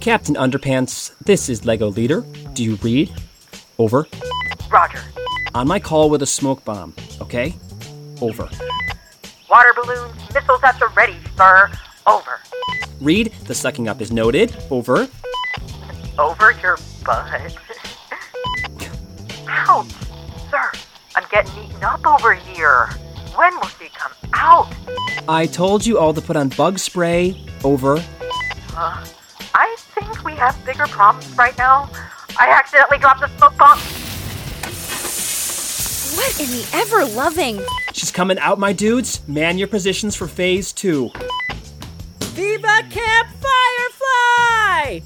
Captain Underpants, this is Lego Leader. Do you read? Over. Roger. On my call with a smoke bomb, okay? Over. Water balloons, missiles at the ready, sir. Over. Read, the sucking up is noted. Over. Over your butt. Ouch, sir. I'm getting eaten up over here. When will she come out? I told you all to put on bug spray. Over. Uh, I think we have bigger problems right now. I accidentally dropped a smoke bomb. What in the ever loving? She's coming out, my dudes. Man your positions for phase two. Viva Camp Firefly!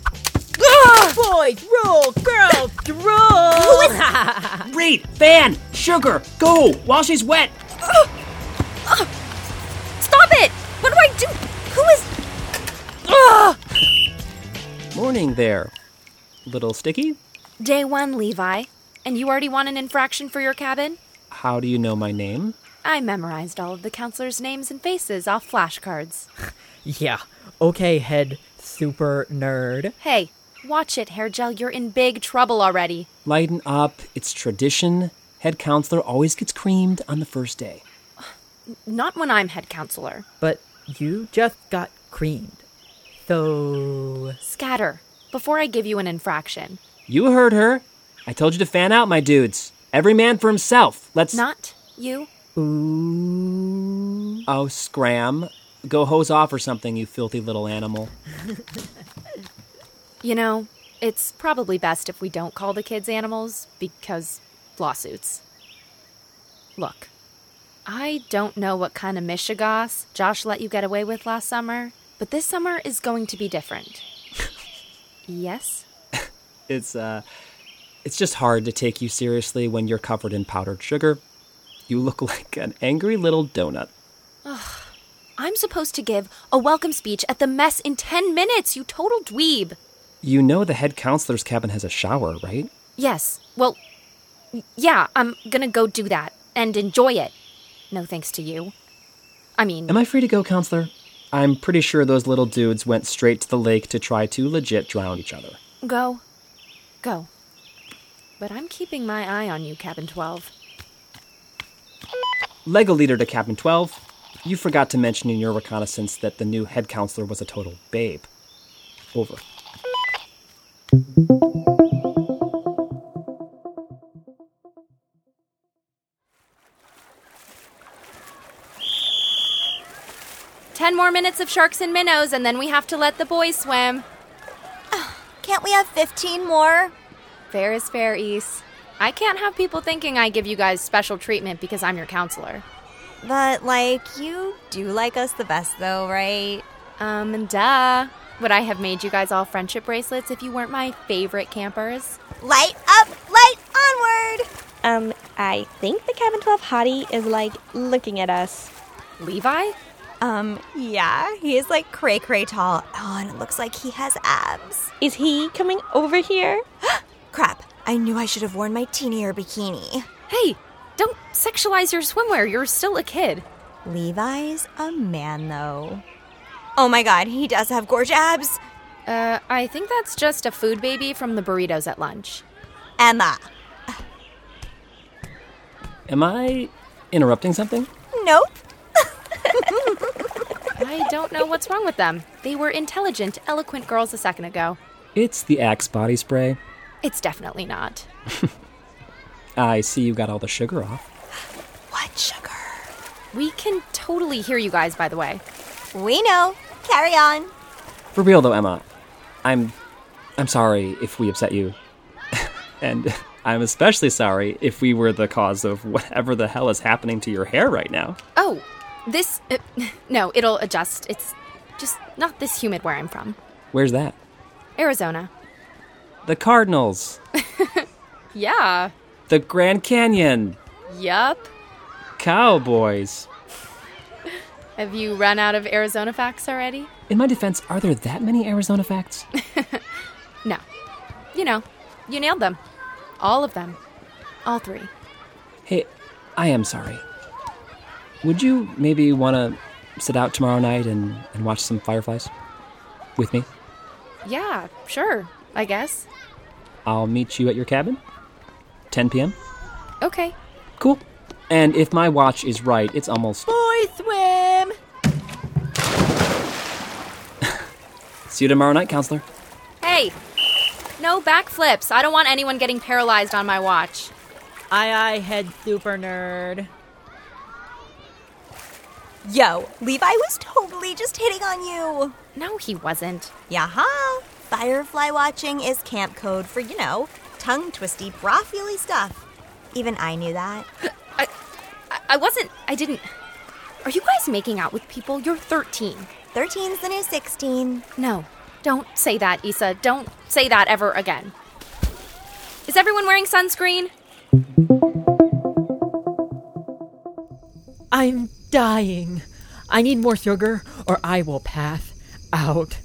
Boys rule, girls drool. Read, fan, sugar, go while she's wet. Stop it! What do I do? Who is. Ugh! Morning there, little sticky. Day one, Levi. And you already want an infraction for your cabin? How do you know my name? I memorized all of the counselors' names and faces off flashcards. yeah. Okay, head super nerd. Hey, watch it, Hair Gel. You're in big trouble already. Lighten up, it's tradition. Head counselor always gets creamed on the first day. Not when I'm head counselor. But you just got creamed. So Scatter, before I give you an infraction. You heard her. I told you to fan out, my dudes. Every man for himself. Let's. Not you. ooh. Oh, scram. Go hose off or something, you filthy little animal. You know, it's probably best if we don't call the kids animals because lawsuits. Look, I don't know what kind of mishigas Josh let you get away with last summer, but this summer is going to be different. yes? It's uh it's just hard to take you seriously when you're covered in powdered sugar. You look like an angry little donut. I'm supposed to give a welcome speech at the mess in 10 minutes, you total dweeb! You know the head counselor's cabin has a shower, right? Yes, well, y- yeah, I'm gonna go do that and enjoy it. No thanks to you. I mean, Am I free to go, counselor? I'm pretty sure those little dudes went straight to the lake to try to legit drown each other. Go. Go. But I'm keeping my eye on you, Cabin 12. Lego leader to Captain 12, you forgot to mention in your reconnaissance that the new head counselor was a total babe. Over. Ten more minutes of sharks and minnows, and then we have to let the boys swim. Can't we have 15 more? Fair is fair, East. I can't have people thinking I give you guys special treatment because I'm your counselor. But, like, you do like us the best, though, right? Um, duh. Would I have made you guys all friendship bracelets if you weren't my favorite campers? Light up, light onward! Um, I think the Cabin 12 hottie is like looking at us. Levi? Um, yeah, he is like cray cray tall. Oh, and it looks like he has abs. Is he coming over here? Crap, I knew I should have worn my teeny ear bikini. Hey, don't sexualize your swimwear. You're still a kid. Levi's a man, though. Oh my god, he does have gorge abs. Uh, I think that's just a food baby from the burritos at lunch. Emma. Am I interrupting something? Nope. I don't know what's wrong with them. They were intelligent, eloquent girls a second ago. It's the Axe body spray. It's definitely not. I see you got all the sugar off. What sugar? We can totally hear you guys, by the way. We know. Carry on. For real though, Emma. I'm I'm sorry if we upset you. and I'm especially sorry if we were the cause of whatever the hell is happening to your hair right now. Oh, this. Uh, no, it'll adjust. It's just not this humid where I'm from. Where's that? Arizona. The Cardinals. Yeah. The Grand Canyon. Yup. Cowboys. Have you run out of Arizona facts already? In my defense, are there that many Arizona facts? No. You know, you nailed them. All of them. All three. Hey, I am sorry. Would you maybe want to sit out tomorrow night and, and watch some fireflies with me? Yeah, sure, I guess. I'll meet you at your cabin. 10 p.m. Okay. Cool. And if my watch is right, it's almost. Boy swim! See you tomorrow night, counselor. Hey! No backflips. I don't want anyone getting paralyzed on my watch. Aye aye, head super nerd. Yo, Levi was totally just hitting on you. No, he wasn't. Yaha! Firefly watching is camp code for, you know, tongue twisty, bra feely stuff. Even I knew that. I, I wasn't. I didn't. Are you guys making out with people? You're 13. 13's the new 16. No, don't say that, Issa. Don't say that ever again. Is everyone wearing sunscreen? I'm dying. I need more sugar or I will pass out.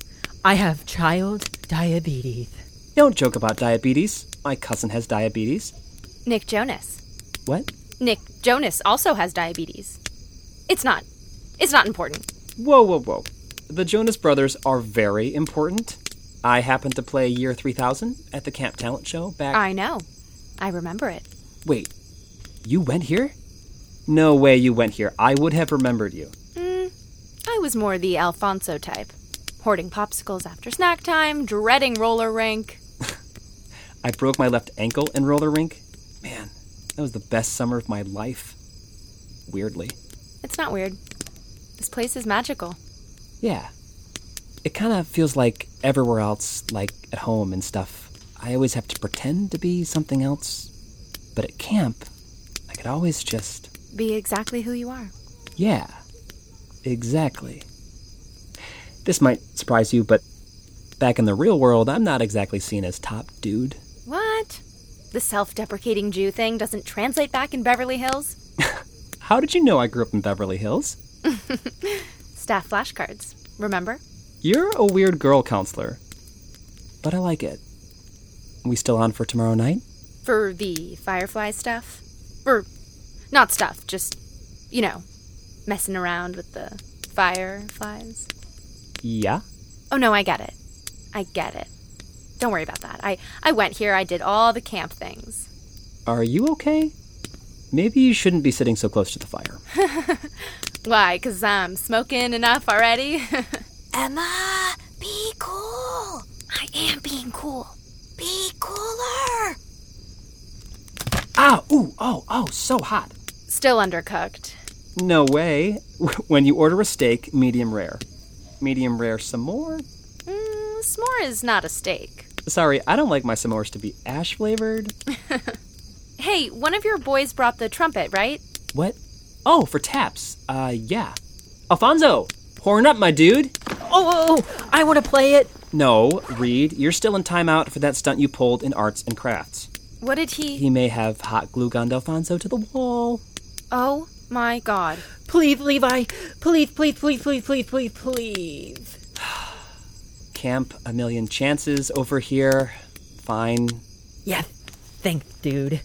I have child diabetes. Don't joke about diabetes. My cousin has diabetes. Nick Jonas. What? Nick Jonas also has diabetes. It's not. It's not important. Whoa, whoa, whoa. The Jonas Brothers are very important. I happened to play Year 3000 at the Camp Talent Show back. I know. I remember it. Wait, you went here? No way you went here. I would have remembered you. I was more the Alfonso type, hoarding popsicles after snack time, dreading roller rink. I broke my left ankle in roller rink. Man, that was the best summer of my life. Weirdly. It's not weird. This place is magical. Yeah. It kind of feels like everywhere else, like at home and stuff, I always have to pretend to be something else. But at camp, I could always just. Be exactly who you are. Yeah, exactly. This might surprise you, but back in the real world, I'm not exactly seen as top dude. What? The self deprecating Jew thing doesn't translate back in Beverly Hills? How did you know I grew up in Beverly Hills? Staff flashcards, remember? You're a weird girl counselor, but I like it. We still on for tomorrow night? For the firefly stuff? Or, not stuff, just, you know, messing around with the fireflies. Yeah. Oh no, I get it. I get it. Don't worry about that. I, I went here, I did all the camp things. Are you okay? Maybe you shouldn't be sitting so close to the fire. Why? Because I'm smoking enough already? Emma, be cool. I am being cool. Be cooler. Ow! Ooh! Oh! Oh! So hot! Still undercooked. No way. When you order a steak, medium rare. Medium rare s'more? Mm, s'more is not a steak. Sorry, I don't like my s'mores to be ash flavored. Hey, one of your boys brought the trumpet, right? What? Oh, for taps. Uh, yeah. Alfonso! Horn up, my dude! Oh, oh, oh, I want to play it. No, Reed, you're still in timeout for that stunt you pulled in arts and crafts. What did he. He may have hot glue gunned Alfonso to the wall. Oh my god. Please, Levi. Please, please, please, please, please, please, please. Camp a million chances over here. Fine. Yes, thanks, dude.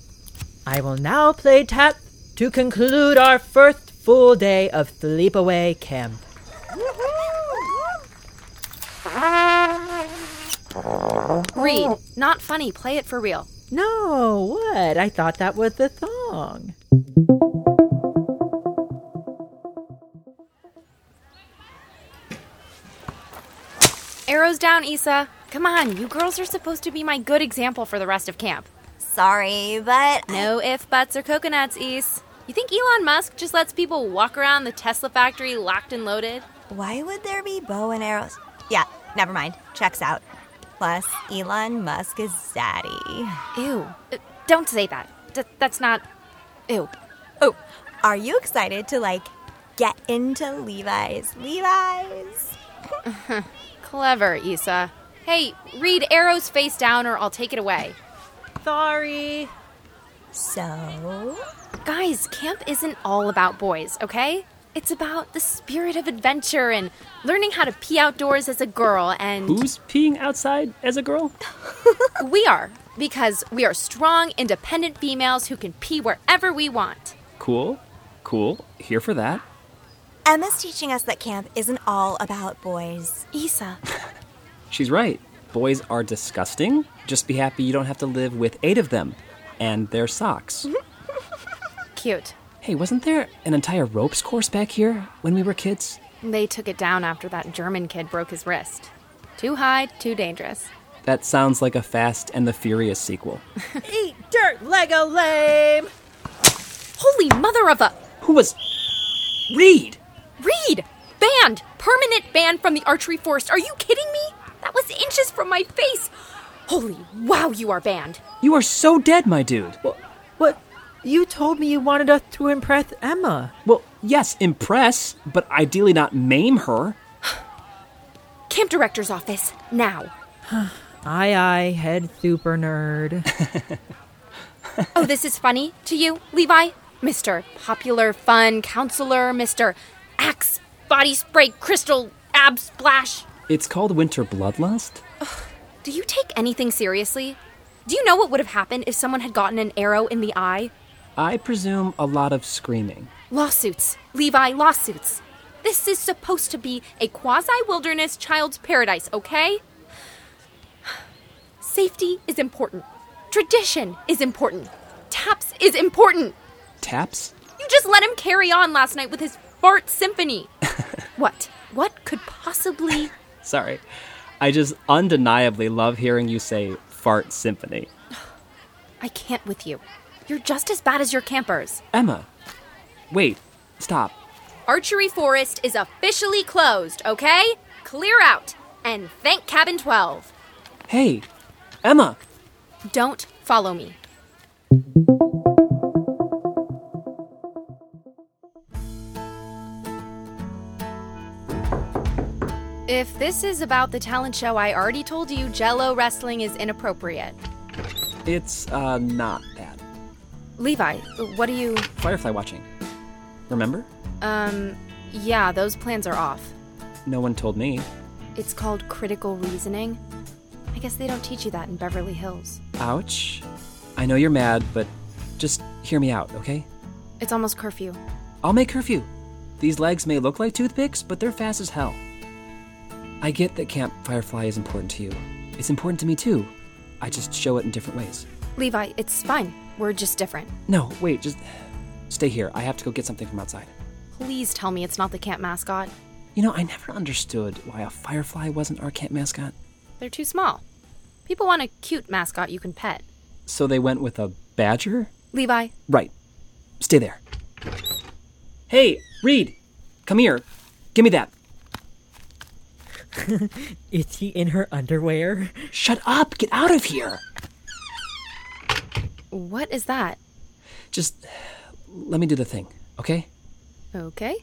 I will now play tap to conclude our first full day of sleepaway camp. Reed, not funny. Play it for real. No, what? I thought that was the song. Arrows down, Issa. Come on, you girls are supposed to be my good example for the rest of camp. Sorry, but No if, buts, or coconuts, Is. You think Elon Musk just lets people walk around the Tesla factory locked and loaded? why would there be bow and arrows? Yeah, never mind. Checks out. Plus, Elon Musk is zaddy. Ew. Uh, Don't say that. Th- that's not. Ew. Oh, are you excited to like get into Levi's? Levi's? Clever, Issa. Hey, read arrows face down or I'll take it away. Sorry. So, Guys, camp isn't all about boys, okay? It's about the spirit of adventure and learning how to pee outdoors as a girl, and Who's peeing outside as a girl? we are, because we are strong, independent females who can pee wherever we want. Cool. Cool. Here for that. Emma's teaching us that camp isn't all about boys. Issa, She's right. boys are disgusting. Just be happy you don't have to live with eight of them and their socks. Cute. hey, wasn't there an entire ropes course back here when we were kids? They took it down after that German kid broke his wrist. Too high, too dangerous. That sounds like a Fast and the Furious sequel. Eat dirt, Lego lame! Holy mother of a. Who was. Reed! Reed! Banned! Permanent ban from the archery forest. Are you kidding me? That was inches from my face. Holy wow, you are banned. You are so dead, my dude. Well, What? You told me you wanted us to impress Emma. well yes, impress, but ideally not maim her. Camp director's office, now. Aye, aye, head super nerd. Oh, this is funny to you, Levi? Mr. Popular Fun Counselor, Mr. Axe Body Spray Crystal Ab Splash. It's called Winter Bloodlust? Do you take anything seriously? Do you know what would have happened if someone had gotten an arrow in the eye? I presume a lot of screaming. Lawsuits. Levi, lawsuits. This is supposed to be a quasi wilderness child's paradise, okay? Safety is important. Tradition is important. Taps is important. Taps? You just let him carry on last night with his fart symphony. what? What could possibly. Sorry. I just undeniably love hearing you say fart symphony. I can't with you. You're just as bad as your campers. Emma. Wait. Stop. Archery Forest is officially closed, okay? Clear out and thank Cabin 12. Hey. Emma. Don't follow me. If this is about the talent show I already told you, Jello wrestling is inappropriate. It's uh not that. Levi, what do you. Firefly watching. Remember? Um, yeah, those plans are off. No one told me. It's called critical reasoning. I guess they don't teach you that in Beverly Hills. Ouch. I know you're mad, but just hear me out, okay? It's almost curfew. I'll make curfew. These legs may look like toothpicks, but they're fast as hell. I get that Camp Firefly is important to you. It's important to me too. I just show it in different ways. Levi, it's fine. We're just different. No, wait, just stay here. I have to go get something from outside. Please tell me it's not the camp mascot. You know, I never understood why a firefly wasn't our camp mascot. They're too small. People want a cute mascot you can pet. So they went with a badger? Levi, Right. Stay there. Hey, Reed! Come here. Give me that. Is he in her underwear? Shut up! Get out of here! what is that? Just let me do the thing, okay? Okay.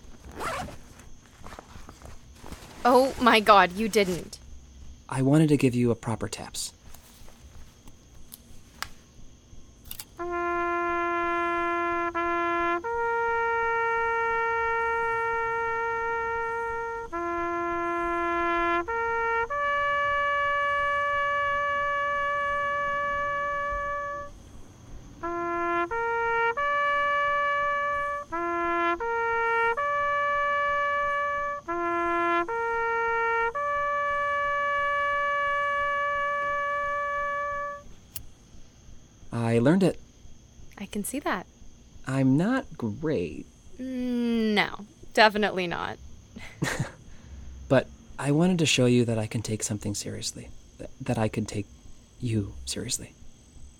Oh my god, you didn't. I wanted to give you a proper taps. I learned it. I can see that. I'm not great, No, definitely not. but I wanted to show you that I can take something seriously. Th- That I can take you seriously.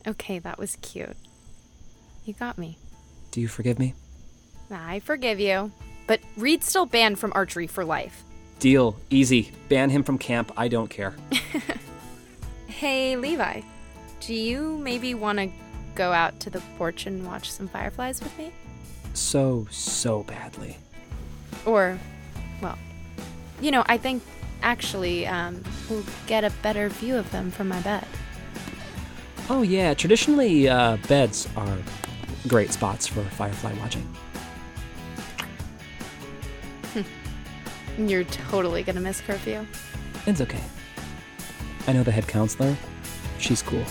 Okay, that was cute. You got me. Do you forgive me? I forgive you. But Reed's still banned from archery for life. Deal. Easy. Ban him from camp. I don't care. Hey, Levi, do you maybe want to go out to the porch and watch some fireflies with me? so, so badly. Or, well, you know, I think actually um, we'll get a better view of them from my bed. Oh, yeah. Traditionally, uh, beds are great spots for firefly watching. You're totally going to miss curfew. It's okay. I know the head counselor. She's cool.